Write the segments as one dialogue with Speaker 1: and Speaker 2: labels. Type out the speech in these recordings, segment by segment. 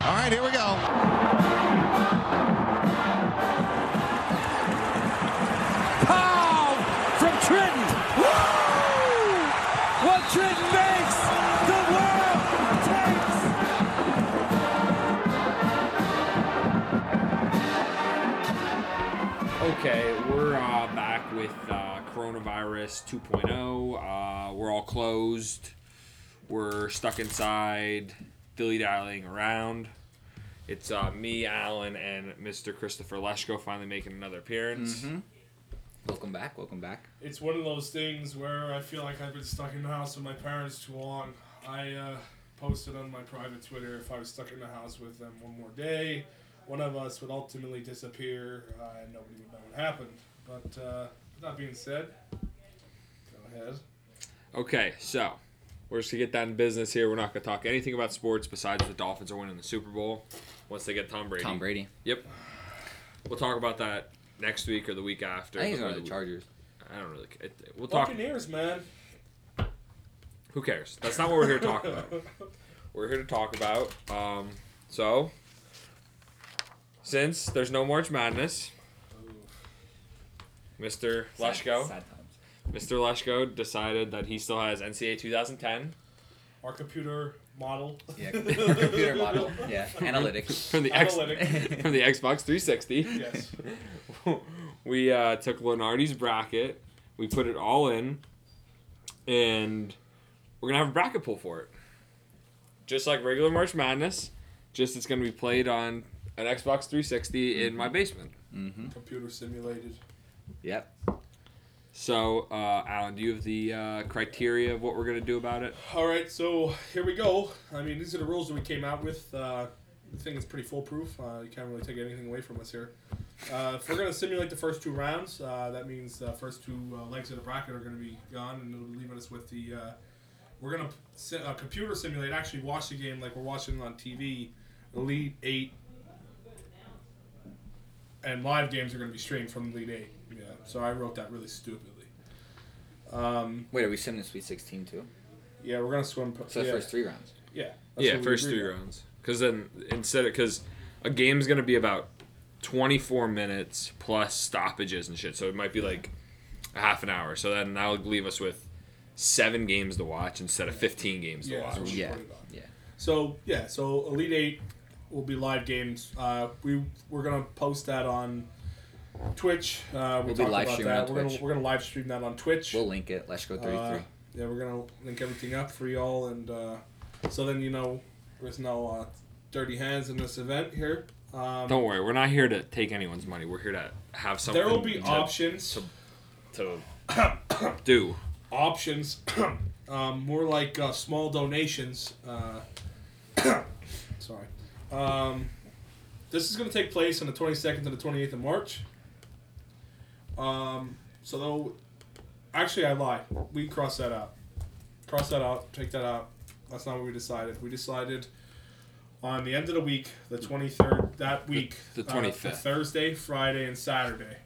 Speaker 1: right, here we go.
Speaker 2: Pow! From Trenton. Woo! What Trenton makes, the world takes.
Speaker 3: Okay, we're uh, back with uh, coronavirus 2.0. Uh, we're all closed. We're stuck inside, dilly dallying around. It's uh, me, Alan, and Mr. Christopher Leschko finally making another appearance.
Speaker 4: Welcome back. Welcome back.
Speaker 5: It's one of those things where I feel like I've been stuck in the house with my parents too long. I uh, posted on my private Twitter if I was stuck in the house with them one more day, one of us would ultimately disappear uh, and nobody would know what happened. But uh, that being said, go ahead.
Speaker 3: Okay, so we're just gonna get down to business here. We're not gonna talk anything about sports besides the Dolphins are winning the Super Bowl once they get Tom Brady.
Speaker 4: Tom Brady.
Speaker 3: Yep. We'll talk about that next week or the week after.
Speaker 4: I think he's
Speaker 3: or
Speaker 4: going to
Speaker 3: the-
Speaker 4: the Chargers.
Speaker 3: I don't really. ca- It, we'll talk.
Speaker 5: Buccaneers, man.
Speaker 3: Who cares? That's not what we're here to talk about. We're here to talk about. Um, so, since there's no March Madness, Mr. Leshko,
Speaker 4: Sad times.
Speaker 3: Mr. Leshko decided that he still has NCAA 2010
Speaker 5: Our computer model.
Speaker 4: Yeah. Computer model. Yeah. Analytics.
Speaker 3: from the X,
Speaker 5: Analytic.
Speaker 3: from the Xbox 360.
Speaker 5: yes.
Speaker 3: we uh, took Lenardi's bracket, we put it all in, and we're gonna have a bracket pool for it. Just like regular March Madness, just it's gonna be played on an Xbox 360 in my basement.
Speaker 4: Mm-hmm.
Speaker 5: Computer simulated.
Speaker 4: Yep.
Speaker 3: So, uh, Alan, do you have the uh, criteria of what we're gonna do about it?
Speaker 5: All right, so here we go. I mean, these are the rules that we came out with. Uh, I think it's pretty foolproof. Uh, you can't really take anything away from us here. Uh, if we're going to simulate the first two rounds, uh, that means the first two uh, legs of the bracket are going to be gone, and it'll be leaving us with the. Uh, we're going to si- uh, computer simulate, actually watch the game like we're watching on TV. Elite Eight and live games are going to be streamed from Elite Eight. Yeah, so I wrote that really stupidly. Um,
Speaker 4: Wait, are we sending Sweet 16 too?
Speaker 5: yeah, we're going to swim.
Speaker 4: So the
Speaker 5: yeah.
Speaker 4: first three rounds.
Speaker 5: Yeah.
Speaker 3: yeah, first three rounds. Because then instead of because a game's gonna be about 24 minutes plus stoppages and shit, so it might be like a half an hour. So then that'll leave us with seven games to watch instead of 15 games
Speaker 5: Yeah.
Speaker 3: to watch.
Speaker 4: Yeah. Yeah.
Speaker 5: So yeah, so Elite Eight will be live games. Uh, we we're gonna post that on Twitch. Uh, we
Speaker 4: We'll be
Speaker 5: talked
Speaker 4: live
Speaker 5: about
Speaker 4: streaming
Speaker 5: that.
Speaker 4: on
Speaker 5: we're
Speaker 4: Twitch.
Speaker 5: gonna we're gonna live stream that on Twitch.
Speaker 4: We'll link it. Let's go 33.
Speaker 5: Uh, yeah, we're gonna link everything up for y'all, and uh, so then you know there's no uh, dirty hands in this event here. Um,
Speaker 3: Don't worry, we're not here to take anyone's money. We're here to have something.
Speaker 5: there will be
Speaker 3: to,
Speaker 5: options.
Speaker 3: to do.
Speaker 5: options, um, more like uh, small donations. Uh, sorry. Um, this is going to take place on the 22nd to the 28th of March. Um, so, though, actually, I lied. We cross that out. Cross that out. Take that out. That's not what we decided. We decided on the end of the week, the 23rd, that week,
Speaker 3: the
Speaker 5: uh,
Speaker 3: 25th.
Speaker 5: Thursday, Friday, and Saturday.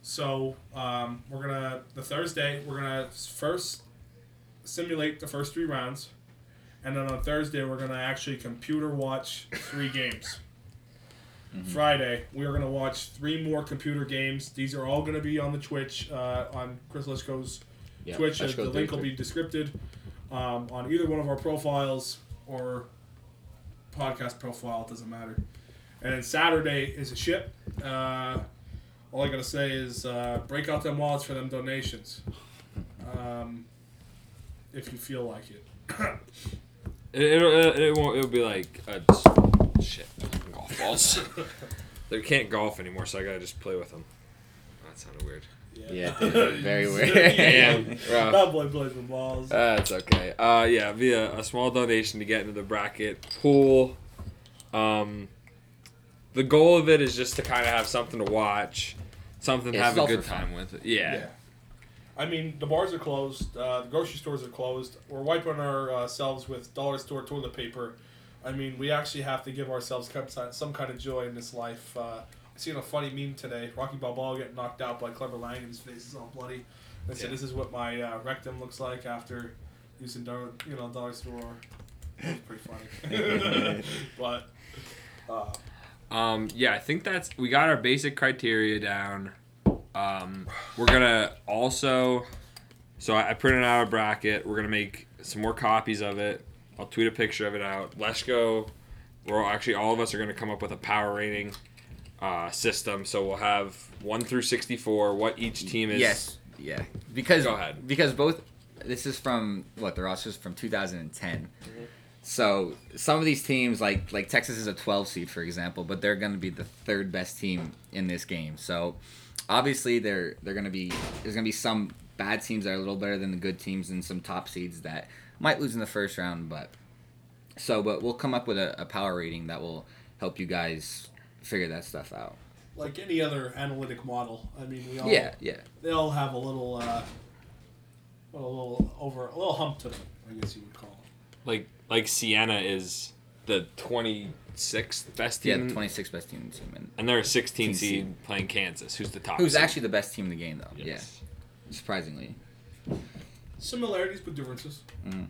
Speaker 5: So um, we're gonna the Thursday we're gonna first simulate the first three rounds, and then on Thursday we're gonna actually computer watch three games. Friday we are gonna watch three more computer games. These are all gonna be on the Twitch uh, on Chris Leschko's
Speaker 4: Yeah,
Speaker 5: Twitch.
Speaker 4: Let's
Speaker 5: uh,
Speaker 4: go
Speaker 5: the link will
Speaker 4: 33.
Speaker 5: be descripted um, on either one of our profiles or podcast profile. It doesn't matter. And then Saturday is a ship. Uh, all I gotta say is uh, break out them wallets for them donations, um, if you feel like it.
Speaker 3: It, it'll, uh, it, it won't. It'll be like a s- shit golf balls. they can't golf anymore, so I gotta just play with them. That sounded weird.
Speaker 4: Yeah, it did. Very weird.
Speaker 3: Damn, bro.
Speaker 5: That boy plays with balls.
Speaker 3: That's okay. Uh, yeah, via a small donation to get into the bracket pool. Um, the goal of it is just to kind of have something to watch, something to
Speaker 4: Yeah,
Speaker 3: have
Speaker 4: it's
Speaker 3: a
Speaker 4: all
Speaker 3: good
Speaker 4: for fun.
Speaker 3: time with. It. Yeah.
Speaker 5: Yeah. I mean, the bars are closed. Uh, the grocery stores are closed. We're wiping ourselves with dollar store toilet paper. I mean, we actually have to give ourselves some si- some kind of joy in this life. Uh, I seen a funny meme today. Rocky Balboa getting knocked out by Clever Lang, and his face is all bloody. They said,
Speaker 3: Yeah.
Speaker 5: "This is what my uh, rectum looks like after using dollar, you know, dollar store." It was pretty funny, but Uh,
Speaker 3: Um, yeah, I think that's we got our basic criteria down. Um, we're gonna also, so I I printed out a bracket. We're gonna make some more copies of it. I'll tweet a picture of it out. Let's go. We're all- actually all of us are gonna come up with a power rating uh, system. So we'll have one through sixty-four. What each team is.
Speaker 4: Yes. Yeah. Because
Speaker 3: Go ahead.
Speaker 4: because both this is from what the roster's from 2010. So some of these teams like like Texas is a 12 seed for example, but they're going to be the third best team in this game. So obviously they're they're going to be there's going to be some bad teams that are a little better than the good teams and some top seeds that might lose in the first round, but so but we'll come up with a, a power rating that will help you guys figure that stuff out.
Speaker 5: like any other analytic model, I mean, we all
Speaker 4: Yeah, yeah.
Speaker 5: they all have a little, uh, a little over, a little hump to them, I guess you would call it.
Speaker 3: Like like Sienna is the twenty-sixth best
Speaker 4: Yeah,
Speaker 3: team,
Speaker 4: the 26th best team in the team and
Speaker 3: and they're a sixteen
Speaker 4: 16
Speaker 3: seed
Speaker 4: seed.
Speaker 3: playing Kansas, who's the top.
Speaker 4: Who's
Speaker 3: seed.
Speaker 4: actually the best team in the game, though?
Speaker 3: Yes.
Speaker 4: Yeah, surprisingly.
Speaker 5: Similarities but differences.
Speaker 4: Mm.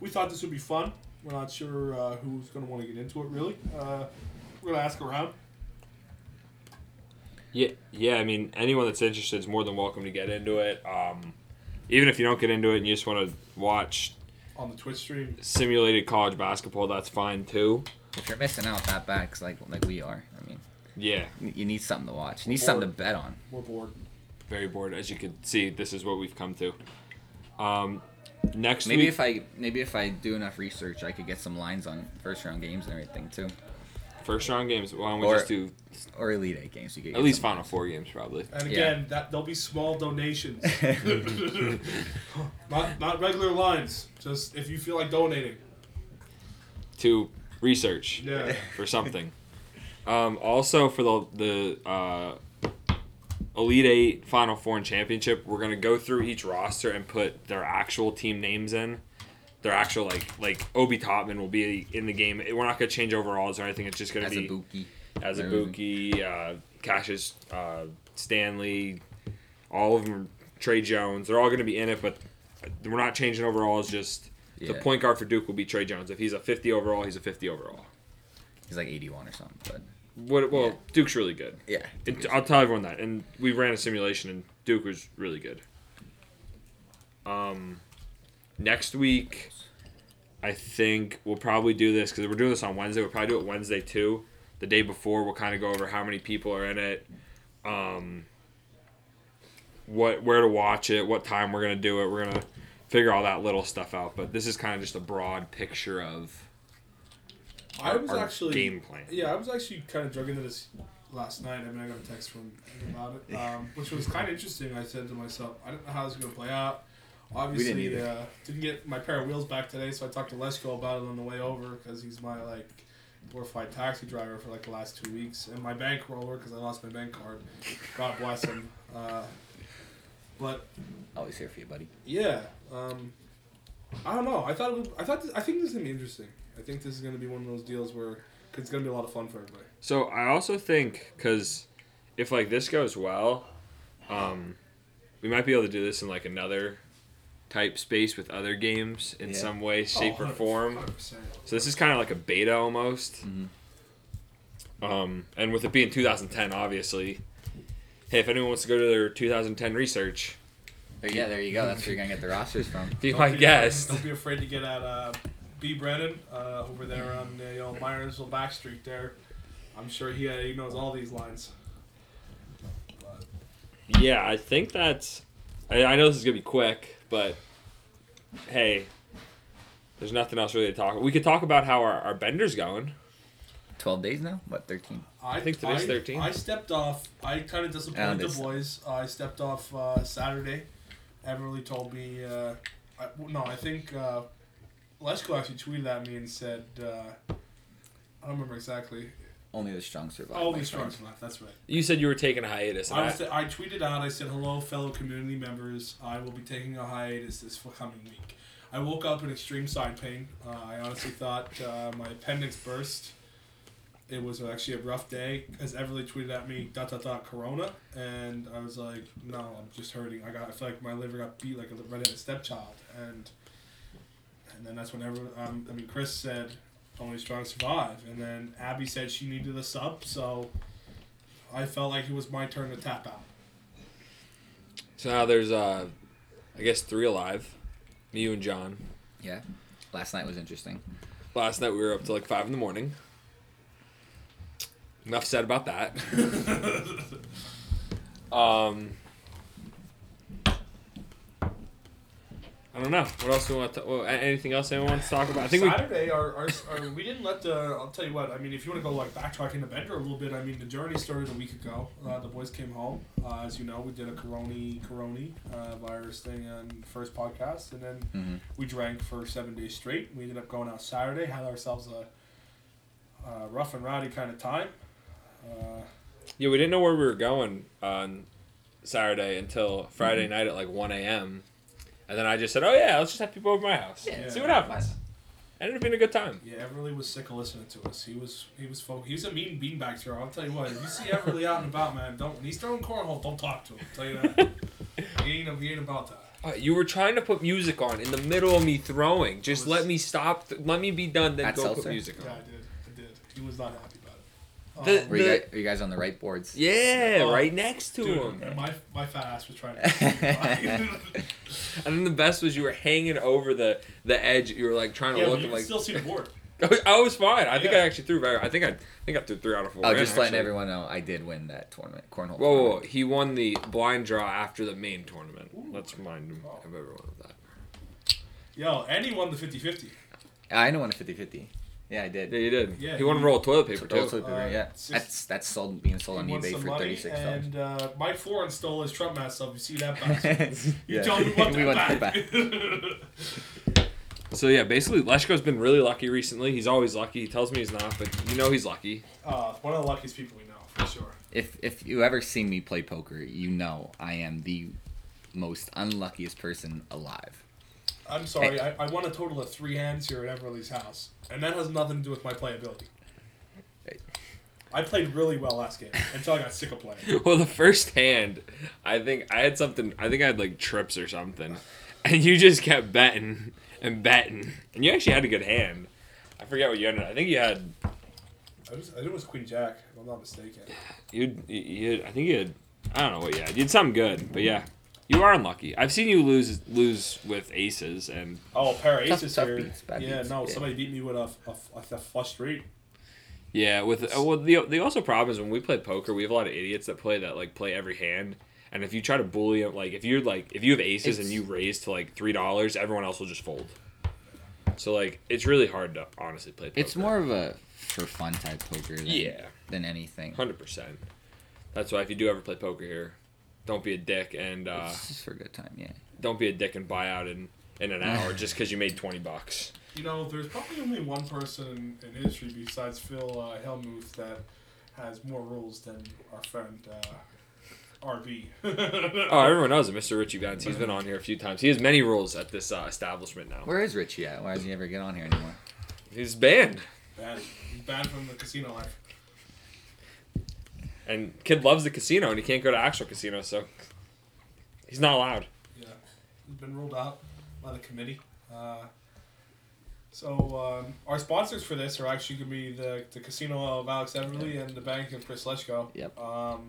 Speaker 5: We thought this would be fun. We're not sure uh, who's going to want to get into it really. Uh, we're going to ask around.
Speaker 3: Yeah, yeah. I mean, anyone that's interested is more than welcome to get into it. Um, even if you don't get into it and you just want to watch
Speaker 5: on the Twitch stream.
Speaker 3: simulated college basketball, that's fine too.
Speaker 4: If you're missing out that bad, 'cause like like we are, I mean,
Speaker 3: Yeah,
Speaker 4: you need something to watch. You need something to bet on.
Speaker 5: We're bored.
Speaker 3: very bored. As you can see, this is what we've come to. Um, next
Speaker 4: Maybe
Speaker 3: week,
Speaker 4: if I maybe if I do enough research, I could get some lines on first round games and everything too,
Speaker 3: first round games, why don't we
Speaker 4: Or-
Speaker 3: just do
Speaker 4: or elite eight games. You could
Speaker 3: at least final four games probably?
Speaker 5: And
Speaker 4: Yeah.
Speaker 5: again, that there'll be small donations,
Speaker 4: find.
Speaker 5: not not regular lines. Just if you feel like donating.
Speaker 3: To research
Speaker 5: Yeah.
Speaker 3: for something. Um, also for the the uh, Elite Eight, Final Four, and Championship, we're gonna go through each roster and put their actual team names in. Their actual like like Obi Topman will be in the game. We're not gonna change overalls or anything. It's just gonna
Speaker 4: As a
Speaker 3: be
Speaker 4: bookie.
Speaker 3: as a
Speaker 4: Everything.
Speaker 3: Buki, uh, Cassius, uh, Stanley, all of them. Trey Jones, they're all going to be in it, but we're not changing overalls. Just the
Speaker 4: Yeah.
Speaker 3: point guard for Duke will be Trey Jones. If he's a 50 overall, he's a 50 overall.
Speaker 4: He's like 81 or something, but
Speaker 3: What? Well,
Speaker 4: Yeah.
Speaker 3: Duke's really good.
Speaker 4: yeah.
Speaker 3: And I'll tell everyone that. And we ran a simulation, and Duke was really good. Um, next week, I think we'll probably do this because we're doing this on Wednesday. We'll probably do it Wednesday too. The day before, we'll kind of go over how many people are in it, um, what where to watch it, what time we're gonna do it. We're gonna figure all that little stuff out. But this is kind of just a broad picture of
Speaker 5: I was
Speaker 3: our
Speaker 5: actually
Speaker 3: game plan.
Speaker 5: yeah, I was actually kind of drug into this last night. I mean, I got a text from him about it, um, which was kind of interesting. I said to myself, I don't know how this is going to play out. Obviously,
Speaker 4: either.
Speaker 5: Uh, didn't get my pair of wheels back today, so I talked to Lesko about it on the way over because he's my like glorified taxi driver for like the last two weeks, and my bank roller because I lost my bank card. God bless him. Uh, but
Speaker 4: Always here for you, buddy.
Speaker 5: yeah. Um, I don't know. I thought it would, I thought this, I think this is gonna be interesting. I think this is gonna be one of those deals where 'cause it's gonna be a lot of fun for everybody.
Speaker 3: So I also think because if like this goes well, um, we might be able to do this in like another type space with other games in
Speaker 4: Yeah.
Speaker 3: some way, shape, or
Speaker 5: 100%.
Speaker 3: form.
Speaker 5: 100%.
Speaker 3: So this is kind of like a beta almost.
Speaker 4: Mhm.
Speaker 3: Um, and with it being 2010, obviously, hey, if anyone wants to go to their 2010 research,
Speaker 4: There, yeah, there you go. That's where you're gonna get the rosters from.
Speaker 3: be
Speaker 5: Don't
Speaker 3: my
Speaker 5: be-
Speaker 3: guest.
Speaker 5: Don't be afraid to get at uh, B. Brennan uh, over there on the you know, Myersville back street there. I'm sure he, uh, he knows all these lines. But
Speaker 3: Yeah, I think that's. I, I know this is gonna be quick, but hey, there's nothing else really to talk. We could talk about how our, our bender's going.
Speaker 4: 12 days now? What 13?
Speaker 5: I,
Speaker 3: think today's 13.
Speaker 5: I stepped off. I kind
Speaker 4: And
Speaker 5: of disappointed the
Speaker 4: it's-
Speaker 5: boys. I stepped off uh, Saturday. Everly told me, uh, I, no, I think uh, Lesko actually tweeted at me and said, uh, I don't remember exactly.
Speaker 4: Only the strong survive.
Speaker 5: Oh,
Speaker 4: my
Speaker 5: the strong
Speaker 4: friend.
Speaker 5: left. That's right.
Speaker 3: You said you were taking a hiatus. and
Speaker 5: I,
Speaker 3: I-
Speaker 5: was I tweeted out, I said, hello, fellow community members. I will be taking a hiatus this coming week. I woke up in extreme side pain. Uh, I honestly thought uh, my appendix burst. It was actually a rough day because Everly tweeted at me, dot, dot, dot, corona. And I was like, no, I'm just hurting. I got, I feel like my liver got beat like a redheaded stepchild. And and then that's when everyone, um, I mean, Chris said, Only Strong survive. And then Abby said she needed a sub, so I felt like it was my turn to tap out.
Speaker 3: So now there's, uh, I guess, three alive. Me, you, and John.
Speaker 4: Yeah. Last night was interesting.
Speaker 3: Last night we were up till like five in the morning. Enough said about that. um, I don't know. What else do we want to? Well, a- anything else anyone wants to talk about? I think we.
Speaker 5: Saturday, our, our, our, we didn't let the. I'll tell you what. I mean, if you want to go like backtrack into Bender a little bit, I mean, the journey started a week ago. Uh, the boys came home, uh, as you know. We did a coroni coroni uh, virus thing on first podcast, and then
Speaker 3: Mm-hmm.
Speaker 4: Mhm.
Speaker 5: we drank for seven days straight. We ended up going out Saturday, had ourselves a, uh rough and rowdy kind of time. Uh,
Speaker 3: Yeah, we didn't know where we were going on Saturday until Friday
Speaker 5: Mm-hmm.
Speaker 3: night at like 1 a.m. And then I just said, oh, yeah, let's just have people over my house.
Speaker 5: Yeah.
Speaker 3: See what happens. Ended up being a good time.
Speaker 5: yeah, Everly was sick of listening to us. He was he was fo- he was a mean beanbag thrower. I'll tell you what. If you see Everly out and about, man, don't. When he's throwing cornhole, don't talk to him. I'll tell you that. he ain't he ain't about that.
Speaker 3: Uh, you were trying to put music on in the middle of me throwing. Just
Speaker 5: It was-
Speaker 3: let me stop. th- let me be done, then
Speaker 4: That's
Speaker 3: go
Speaker 4: seltzer?
Speaker 3: put music on.
Speaker 5: Yeah, I did. I did. He was not happy about
Speaker 3: The-
Speaker 5: it. Um,
Speaker 4: Were you,
Speaker 3: The-
Speaker 4: guys, were you guys on the right boards?
Speaker 3: Yeah,
Speaker 5: Oh,
Speaker 3: right next to
Speaker 5: dude,
Speaker 3: him.
Speaker 5: my my fat ass was trying to.
Speaker 3: And then the best was you were hanging over the the edge. You were like trying to
Speaker 5: yeah,
Speaker 3: look
Speaker 5: but you
Speaker 3: and
Speaker 5: can
Speaker 3: like.
Speaker 5: still see the board.
Speaker 3: I was fine. I think
Speaker 5: Yeah.
Speaker 3: I actually threw very. I think I, I think I threw three out of four.
Speaker 4: Oh,
Speaker 3: in,
Speaker 4: just letting
Speaker 3: actually.
Speaker 4: everyone know, I did win that tournament, cornhole.
Speaker 3: Whoa, whoa, whoa,
Speaker 4: tournament.
Speaker 3: Oh, he won the blind draw after the main tournament.
Speaker 5: Ooh.
Speaker 3: Let's remind him
Speaker 5: Oh.
Speaker 3: of everyone of that.
Speaker 5: Yo, and he won the 50 50.
Speaker 4: I know one 50-50. Yeah, I did.
Speaker 3: Yeah, you did.
Speaker 5: Yeah,
Speaker 3: he won a
Speaker 5: he-
Speaker 3: roll of toilet paper
Speaker 4: Total
Speaker 3: too.
Speaker 4: sleep paper, yeah.
Speaker 5: six-
Speaker 4: That's that's sold being sold on
Speaker 5: he won
Speaker 4: eBay
Speaker 5: some
Speaker 4: for
Speaker 5: money,
Speaker 4: thirty six dollars.
Speaker 5: and uh, Mike Foran stole his Trump mask up. You see that back? You
Speaker 4: Yeah.
Speaker 5: don't want
Speaker 4: We
Speaker 5: that
Speaker 4: want
Speaker 5: back.
Speaker 4: that
Speaker 3: So yeah, basically Leshko's been really lucky recently. He's always lucky. He tells me he's not, but you know he's lucky.
Speaker 5: uh, one of the luckiest people we know, for sure.
Speaker 4: If if you ever seen me play poker, you know I am the most unluckiest person alive.
Speaker 5: I'm sorry, I, I won a total of three hands here at Everly's house, and that has nothing to do with my playability.
Speaker 4: Hey.
Speaker 5: I played really well last game until I got sick of playing.
Speaker 3: Well, the first hand, I think I had something. I think I had like trips or something, and you just kept betting and betting, and you actually had a good hand. I forget what you ended. I think you had
Speaker 5: I, was, I think it was Queen Jack, if I'm not mistaken.
Speaker 3: you you. had- I think you had. I don't know what you had. You did something good, but yeah, you are unlucky. I've seen you lose lose with aces and
Speaker 5: Oh, para
Speaker 4: Tough-
Speaker 5: aces
Speaker 4: tough
Speaker 5: here.
Speaker 4: beats, bad
Speaker 5: yeah,
Speaker 4: beats,
Speaker 5: no,
Speaker 4: yeah.
Speaker 5: somebody beat me with a, a, a, a flush straight.
Speaker 3: Yeah, with uh, well, the the also problem is when we play poker, we have a lot of idiots that play that like play every hand, and if you try to bully them, like if you're like if you have aces and
Speaker 4: It's-
Speaker 3: you raise to like three dollars, everyone else will just fold. So like it's really hard to honestly play. Poker.
Speaker 4: It's more of a for fun type poker than,
Speaker 3: Yeah.
Speaker 4: than anything.
Speaker 3: hundred percent. That's why if you do ever play poker here, don't be a dick and uh,
Speaker 4: It's just for a good time, yeah.
Speaker 3: don't be a dick and buy out in in an hour just because you made twenty bucks.
Speaker 5: You know, there's probably only one person in history besides Phil uh, Hellmuth that has more rules than our friend uh, RB.
Speaker 3: Oh, everyone knows it, Mr. Richie Vance. He's been on here a few times. He has many rules at this uh, establishment now.
Speaker 4: Where is Richie at? Why does he never get on here anymore?
Speaker 3: He's banned.
Speaker 5: bad. He's banned from the casino life.
Speaker 3: And kid loves the casino, and he can't go to actual casino, so he's not allowed.
Speaker 5: Yeah, he's been ruled out by the committee. Uh, so um, our sponsors for this are actually going to be the, the casino of Alex Everly and the bank of Chris Leshko.
Speaker 4: Yep.
Speaker 5: Um,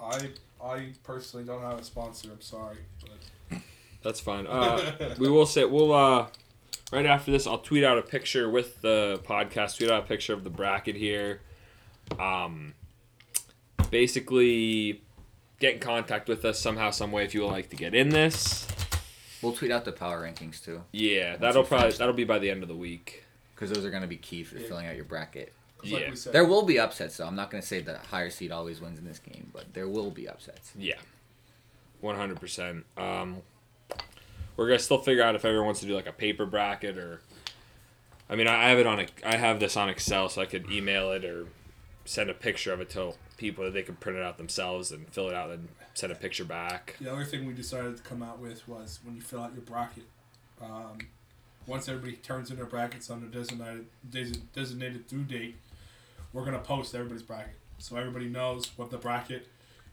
Speaker 5: I I personally don't have a sponsor. I'm sorry, but
Speaker 3: That's fine. Uh, we will say we'll uh, right after this. I'll tweet out a picture with the podcast. Tweet out a picture of the bracket here. Um, basically, get in contact with us somehow, some way, if you would like to get in this.
Speaker 4: We'll tweet out the power rankings too,
Speaker 3: Yeah, that'll probably that'll be by the end of the week.
Speaker 4: because those are going to be key for
Speaker 5: Yeah.
Speaker 4: filling out your bracket.
Speaker 5: 'cause
Speaker 3: Yeah.
Speaker 5: like we said,
Speaker 4: There will be upsets, though. I'm not going to say that higher seed always wins in this game, but there will be upsets.
Speaker 3: Yeah, one hundred percent. Um, we're gonna still figure out if everyone wants to do like a paper bracket or. I mean, I I have it on. A, I have this on Excel, so I could email it or send a picture of it to people that they could print it out themselves and fill it out and send a picture back.
Speaker 5: the other thing we decided to come out with was when you fill out your bracket. Um, once everybody turns in their brackets on their designated des- designated due date, we're gonna post everybody's bracket so everybody knows what the bracket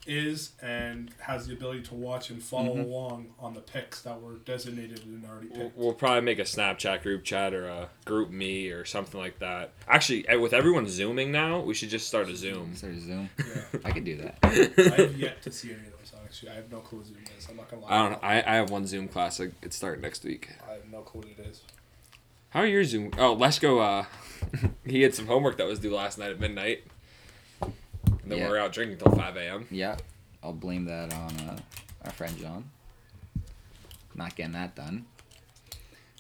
Speaker 5: is and has the ability to watch and follow
Speaker 3: Mm-hmm.
Speaker 5: along on the picks that were designated and already
Speaker 3: We'll-
Speaker 5: picked.
Speaker 3: We'll probably make a Snapchat group chat or a group me or something like that. Actually, eh, with everyone zooming now, we should just start a Zoom.
Speaker 4: Is there a Zoom?
Speaker 5: Yeah.
Speaker 4: I could do that.
Speaker 5: I have yet to see any of those. Actually, I have no clue what Zoom is. I'm not gonna lie.
Speaker 3: I don't. I, I have one Zoom class. I, it's starting next week.
Speaker 5: I have no clue what it is.
Speaker 3: How are your Zoom? Oh, Lesko. Uh, he had some homework that was due last night at midnight. And then
Speaker 4: Yeah.
Speaker 3: we were out drinking till five a.m.
Speaker 4: Yeah, I'll blame that on uh, our friend John. Not getting that done.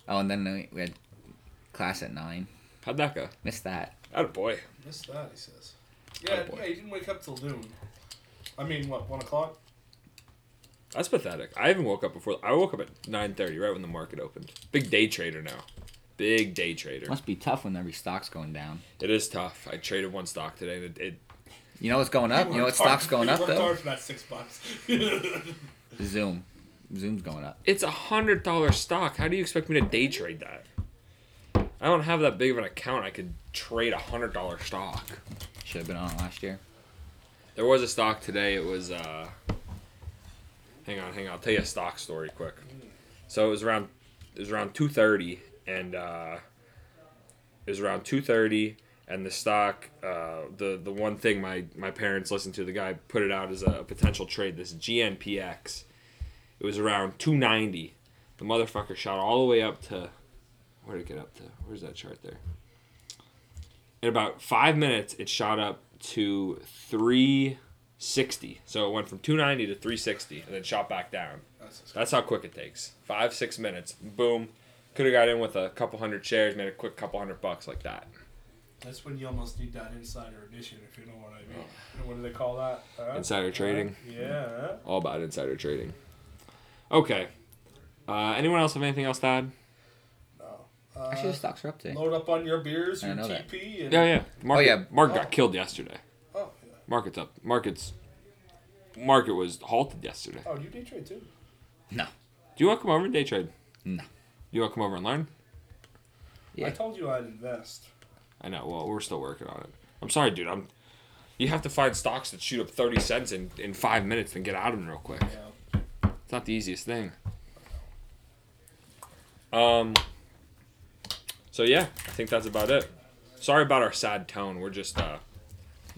Speaker 4: Oh, and then we- we had class at nine.
Speaker 3: How'd that go?
Speaker 4: Missed that.
Speaker 3: Had a boy.
Speaker 5: Missed that, he says. Yeah,
Speaker 3: Oh, boy.
Speaker 5: yeah, he didn't wake up till noon. I mean, what, one o'clock?
Speaker 3: That's pathetic. I even woke up before. I woke up at nine thirty, right when the market opened. Big day trader now. Big day trader.
Speaker 4: Must be tough when every stock's going down.
Speaker 3: It is tough. I traded one stock today, and it, it
Speaker 4: You know what's going up? You know what
Speaker 5: Worked hard-
Speaker 4: stock's going
Speaker 5: he
Speaker 4: up
Speaker 5: worked
Speaker 4: though?
Speaker 5: hard for that six bucks.
Speaker 4: Zoom. Zoom's going up.
Speaker 3: It's a hundred dollar stock. How do you expect me to day trade that? I don't have that big of an account. I could trade a hundred dollar stock.
Speaker 4: Should have been on it last year.
Speaker 3: There was a stock today. It was uh, hang on, hang on. I'll tell you a stock story quick. So it was around, it was around two thirty, and uh, it was around two thirty, and the stock, uh, the the one thing my my parents listened to, the guy put it out as a potential trade. This GNPX. It was around two ninety. The motherfucker shot all the way up to, where did it get up to? Where's that chart there? in about five minutes it shot up to 360 so it went from 290 to 360 and then shot back down that's how quick it takes five six minutes boom could have got in with a couple hundred shares made a quick couple hundred bucks like that
Speaker 5: That's when you almost need that insider edition, if you know what I mean.
Speaker 4: Oh.
Speaker 5: And What do they call that? Huh?
Speaker 3: insider trading
Speaker 5: Yeah.
Speaker 3: all about insider trading okay uh, anyone else have anything else to add
Speaker 5: No.
Speaker 4: Actually,
Speaker 5: Uh,
Speaker 4: the stocks are up today.
Speaker 5: load up on your beers,
Speaker 4: I
Speaker 5: your
Speaker 4: know that.
Speaker 5: TP, and
Speaker 3: yeah yeah mark,
Speaker 4: Oh, yeah.
Speaker 3: mark got killed yesterday
Speaker 5: oh, yeah.
Speaker 3: market's up markets market was halted yesterday
Speaker 5: oh, you day trade too.
Speaker 4: No.
Speaker 3: do you want to come over and day trade
Speaker 4: No.
Speaker 3: you want to come over and learn
Speaker 4: Yeah.
Speaker 5: I told you I'd invest.
Speaker 3: I know. Well, we're still working on it. I'm sorry, dude. I'm. You have to find stocks that shoot up thirty cents in, in five minutes and get out of them real quick.
Speaker 5: Yeah.
Speaker 3: It's not the easiest thing. Um. So yeah, I think that's about it. Sorry about our sad tone. We're just uh,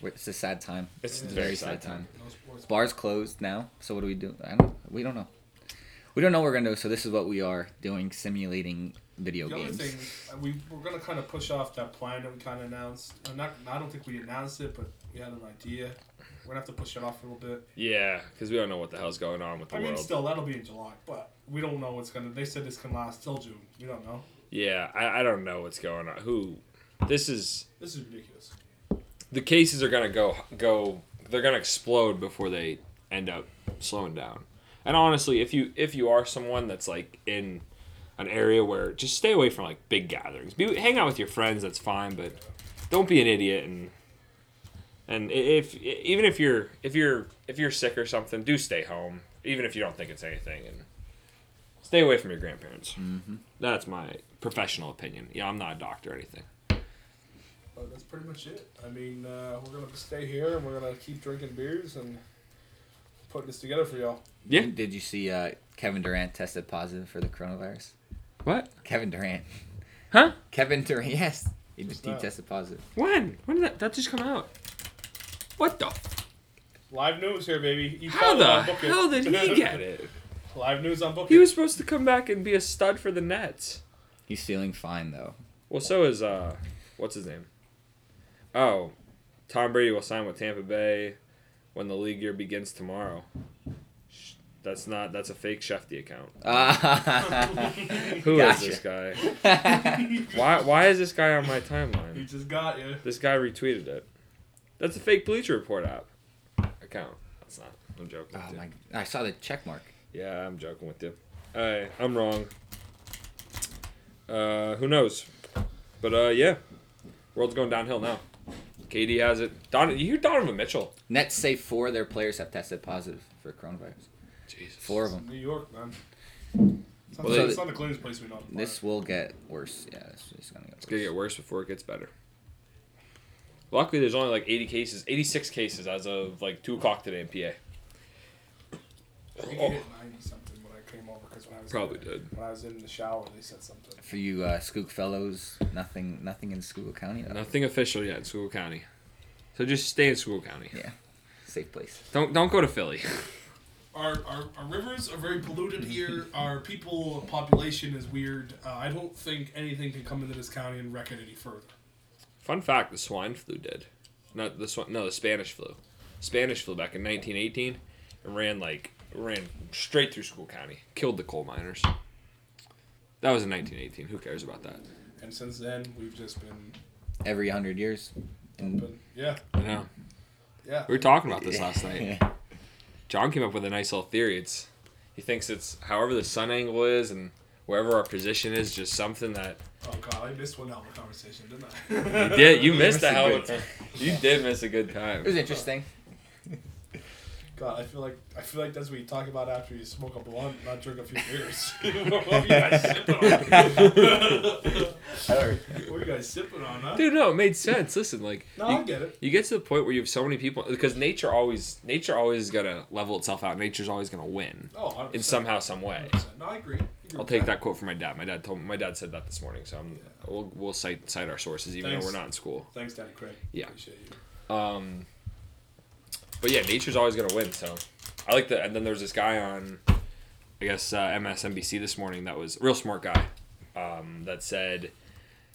Speaker 4: It's a sad time.
Speaker 3: it's a
Speaker 4: It's a
Speaker 3: very sad time.
Speaker 5: No sports.
Speaker 4: Bar's closed now, so what do we do? I don't. We don't know. We don't know what we're gonna do. So this is what we are doing: simulating video
Speaker 5: The other
Speaker 4: games.
Speaker 5: thing uh, we we're gonna kind of push off that plan that we kind of announced. Uh, not I don't think we announced it, but we had an idea. We're gonna have to push it off a little bit.
Speaker 3: Yeah, because we don't know what the hell's going on with the
Speaker 5: I mean,
Speaker 3: world.
Speaker 5: still that'll be in July, but we don't know what's gonna. They said this can last till June. We don't know.
Speaker 3: yeah, I, I don't know what's going on. Who? This is
Speaker 5: This is ridiculous.
Speaker 3: the cases are gonna go go they're gonna explode before they end up slowing down. And honestly, if you if you are someone that's like in an area where just stay away from like big gatherings. Be, hang out with your friends, that's fine, but don't be an idiot and and i- if even if you're if you're if you're sick or something, do stay home even if you don't think it's anything and stay away from your grandparents. Mm-hmm. That's my professional opinion. Yeah, I'm not a doctor or anything.
Speaker 5: But that's pretty much it. I mean, uh, we're gonna stay here and we're gonna keep drinking beers and putting this together for y'all.
Speaker 3: Yeah.
Speaker 4: Did you see uh, Kevin Durant tested positive for the coronavirus?
Speaker 3: What?
Speaker 4: Kevin Durant.
Speaker 3: Huh?
Speaker 4: Kevin Durant. Yes. He,
Speaker 5: Who's
Speaker 4: he
Speaker 5: that?
Speaker 4: tested positive.
Speaker 3: When? When did that that just come out? What the? f-
Speaker 5: Live news here, baby. You
Speaker 3: How
Speaker 5: follow
Speaker 3: the
Speaker 5: on Book It.
Speaker 3: hell did he get it?
Speaker 5: Live news on Book
Speaker 3: He
Speaker 5: It.
Speaker 3: was supposed to come back and be a stud for the Nets.
Speaker 4: He's feeling fine though.
Speaker 3: Well, so is uh, what's his name? Oh, Tom Brady will sign with Tampa Bay when the league year begins tomorrow. Sh- That's not. That's a fake Shefty account.
Speaker 4: Ah.
Speaker 3: Who is
Speaker 4: Gotcha.
Speaker 3: this guy?
Speaker 4: Oh,
Speaker 3: Why? Why is this guy on my
Speaker 5: He
Speaker 3: timeline?
Speaker 5: just got you.
Speaker 3: This guy retweeted it. That's a fake Bleacher Report app account. That's not. I'm joking.
Speaker 4: oh
Speaker 3: dude.
Speaker 4: my! I saw the check mark.
Speaker 3: Yeah, I'm joking with you. I I'm wrong. Uh, who knows? But uh, yeah, world's going downhill now. KD has it. Don, you hear Donovan Mitchell?
Speaker 4: Nets say four of their players have tested positive for coronavirus.
Speaker 3: Jesus.
Speaker 4: Four of them.
Speaker 5: New York, man. It's not,
Speaker 4: Well,
Speaker 5: the,
Speaker 4: they-
Speaker 5: it's not the cleanest place we know.
Speaker 4: This will get worse. Yeah, this is gonna
Speaker 3: It's
Speaker 4: get
Speaker 3: gonna
Speaker 4: worse.
Speaker 3: get worse before it gets better. Luckily, there's only like 80 cases, 86 cases as of like two o'clock today in Oh. PA.
Speaker 5: I think I hit 90 something when I came over because when I was
Speaker 3: Probably did.
Speaker 5: when I was in the shower they said something.
Speaker 4: For you uh, Skook fellows, nothing, nothing in Schuylkill County. though.
Speaker 3: Nothing official yet in Schuylkill County. So just stay in Schuylkill County.
Speaker 4: Yeah, safe place.
Speaker 3: Don't don't go to Philly.
Speaker 5: Our, our, our rivers are very polluted here. Our people population is weird. Uh, I don't think anything can come into this county and wreck it any further.
Speaker 3: Fun fact: the swine flu did. Not the swine. No, the Spanish flu. Spanish flu back in 1918, and ran like ran straight through Schuylkill County, killed the coal miners. That was in 1918. Who cares about that?
Speaker 5: And since then we've just been
Speaker 4: Every hundred years. And,
Speaker 5: been- yeah
Speaker 3: I know.
Speaker 5: yeah.
Speaker 3: We were talking about this last night. John came up with a nice little theory. It's he thinks it's however the sun angle is and wherever our position is, just something that
Speaker 5: Oh god, I missed one hell of a conversation, didn't I?
Speaker 3: you did. You
Speaker 4: You
Speaker 3: missed
Speaker 4: missed
Speaker 3: a
Speaker 4: a
Speaker 3: hell of a
Speaker 4: good
Speaker 3: time. You did miss a good
Speaker 4: It was
Speaker 3: time.
Speaker 4: interesting.
Speaker 5: God, I feel like I feel like that's what you talk about after you smoke a blunt, and not drink a few beers. what were you guys sipping on? what were you guys sipping on, huh?
Speaker 3: Dude, no, it made sense. Listen, like
Speaker 5: no,
Speaker 3: you-
Speaker 5: I get it.
Speaker 3: you get to the point where you have so many people because nature always nature always is gonna level itself out nature's always gonna win
Speaker 5: Oh, 100%.
Speaker 3: in somehow some way
Speaker 5: 100%. No, I agree. I agree
Speaker 3: i'll
Speaker 5: with
Speaker 3: take that quote from my dad my dad told my dad said that this morning so I'm, we'll, we'll cite cite our sources even
Speaker 5: Thanks.
Speaker 3: though we're not in school
Speaker 5: Thanks, Daddy Craig.
Speaker 3: Yeah.
Speaker 5: Appreciate you.
Speaker 3: um but yeah nature's always gonna win so i like that and then there's this guy on i guess uh, msnbc this morning that was a real smart guy um, that said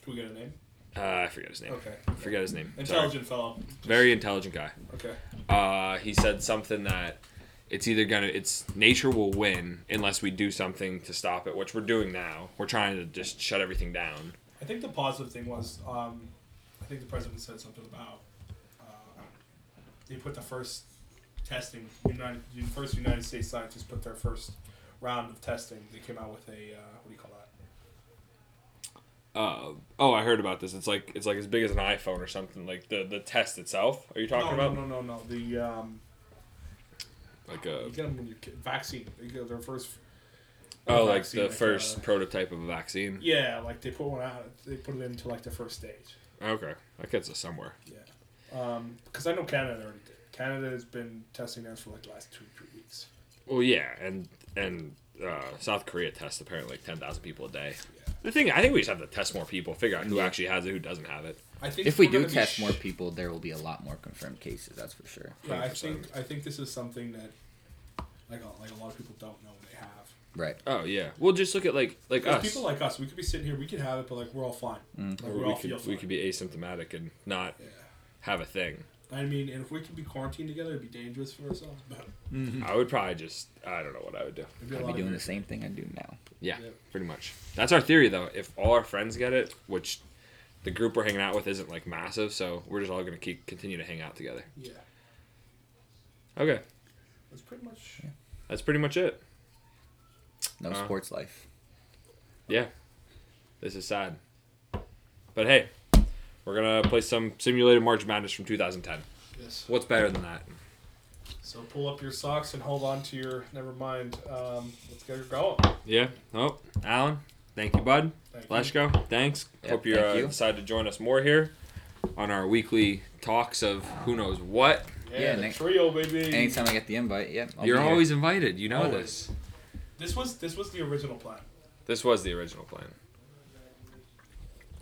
Speaker 5: Can we get a name?
Speaker 3: uh, i forget his name
Speaker 5: Okay.
Speaker 3: I forget his name Sorry.
Speaker 5: Intelligent fellow.
Speaker 3: very intelligent guy
Speaker 5: Okay.
Speaker 3: uh, he said something that it's either gonna it's nature will win unless we do something to stop it, which we're doing now. We're trying to just shut everything down.
Speaker 5: I think the positive thing was, um, I think the president said something about uh, they put the first testing. United, the first United States scientists put their first round of testing. They came out with a uh, what do you call that?
Speaker 3: Uh, oh, I heard about this. It's like it's like as big as an iPhone or something. Like the the test itself. Are you talking
Speaker 5: no,
Speaker 3: about
Speaker 5: no, no, no, no. The um,
Speaker 3: like
Speaker 5: you
Speaker 3: a
Speaker 5: get them when you kid vaccine. You get their first.
Speaker 3: oh like
Speaker 5: vaccine,
Speaker 3: the first
Speaker 5: uh,
Speaker 3: prototype of a vaccine?
Speaker 5: yeah, like they put one out. They put it into like the first stage.
Speaker 3: Okay, that gets us somewhere.
Speaker 5: Yeah. Um, because I know Canada already did. Canada has been testing theirs for like the last two, three weeks.
Speaker 3: Well, yeah, and and uh, South Korea tests apparently like ten thousand people a day.
Speaker 5: Yeah.
Speaker 3: The thing I think we just have to test more people, figure out who actually has it, who doesn't have it.
Speaker 5: I think
Speaker 4: If we
Speaker 5: we're
Speaker 4: do
Speaker 5: gonna be
Speaker 4: test
Speaker 5: sh-
Speaker 4: more people, there will be a lot more confirmed cases. That's for sure.
Speaker 5: Yeah, I
Speaker 3: 100%.
Speaker 5: think I think this is something that like a, like a lot of people don't know they have.
Speaker 4: Right.
Speaker 3: Oh yeah. Well, just look at like like
Speaker 5: Because
Speaker 3: us.
Speaker 5: people like us, we could be sitting here, we could have it, but like we're all fine.
Speaker 4: Mm.
Speaker 5: Like
Speaker 3: Or
Speaker 5: we,
Speaker 3: we
Speaker 5: all feel
Speaker 3: could,
Speaker 5: fine.
Speaker 3: we could be asymptomatic and not
Speaker 5: Yeah.
Speaker 3: have a thing.
Speaker 5: I mean, and if we could be quarantined together, it'd be dangerous for ourselves. But Mm-hmm.
Speaker 3: I would probably just I don't know what I would do.
Speaker 5: it'd be a
Speaker 4: I'd
Speaker 5: lot
Speaker 4: be
Speaker 5: of
Speaker 4: doing the
Speaker 5: weird-
Speaker 4: same thing I do now.
Speaker 3: Yeah,
Speaker 5: Yeah.
Speaker 3: pretty much. That's our theory though. If all our friends get it, which the group we're hanging out with isn't like massive, so we're just all gonna keep continue to hang out together.
Speaker 5: Yeah,
Speaker 3: Okay,
Speaker 5: that's pretty much.
Speaker 3: that's pretty much it.
Speaker 4: No
Speaker 3: Uh-huh.
Speaker 4: sports life.
Speaker 3: Yeah, this is sad, but hey, we're gonna play some simulated March Madness from 2010.
Speaker 5: Yes.
Speaker 3: What's better than that?
Speaker 5: So pull up your socks and hold on to your. Never mind. Um, let's get going.
Speaker 3: Yeah. Oh, Alan, thank you, bud.
Speaker 5: Thank you.
Speaker 3: Leshko, thanks.
Speaker 4: Yeah,
Speaker 3: Hope you,
Speaker 4: thank
Speaker 3: uh,
Speaker 4: you.
Speaker 3: decide to join us more here on our weekly talks of who knows what.
Speaker 5: Yeah,
Speaker 4: Yeah,
Speaker 5: the
Speaker 4: Nick.
Speaker 5: trio, baby.
Speaker 4: Anytime I get the invite, yeah. I'll
Speaker 3: You're
Speaker 4: be here.
Speaker 3: always invited. You know
Speaker 5: Always.
Speaker 3: this.
Speaker 5: This was this was the original plan.
Speaker 3: This was the original plan.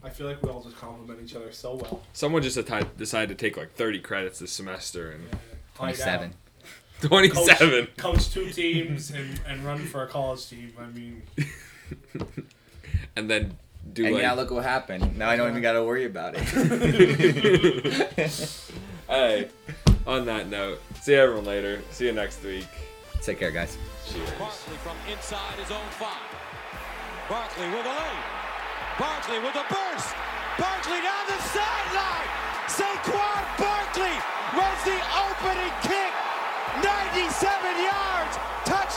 Speaker 5: I feel like we all just compliment each other so well.
Speaker 3: Someone just ati- decided to take like 30 credits this semester and
Speaker 5: Hide out.
Speaker 4: 27. Oh,
Speaker 5: coach,
Speaker 3: 27.
Speaker 5: coach two teams and, and run for a college team. I mean,
Speaker 3: And then do
Speaker 4: And
Speaker 3: like.
Speaker 4: yeah, look what happened. Now I don't even got to worry about it.
Speaker 3: hey, on that note, see everyone later. See you next week.
Speaker 4: Take care, guys.
Speaker 3: Cheers.
Speaker 2: Barkley from inside his own five. Barkley with a lead. Barkley with a burst. Barkley down the sideline. Saquon Barkley runs the opening kick. 97 yards. Touchdown.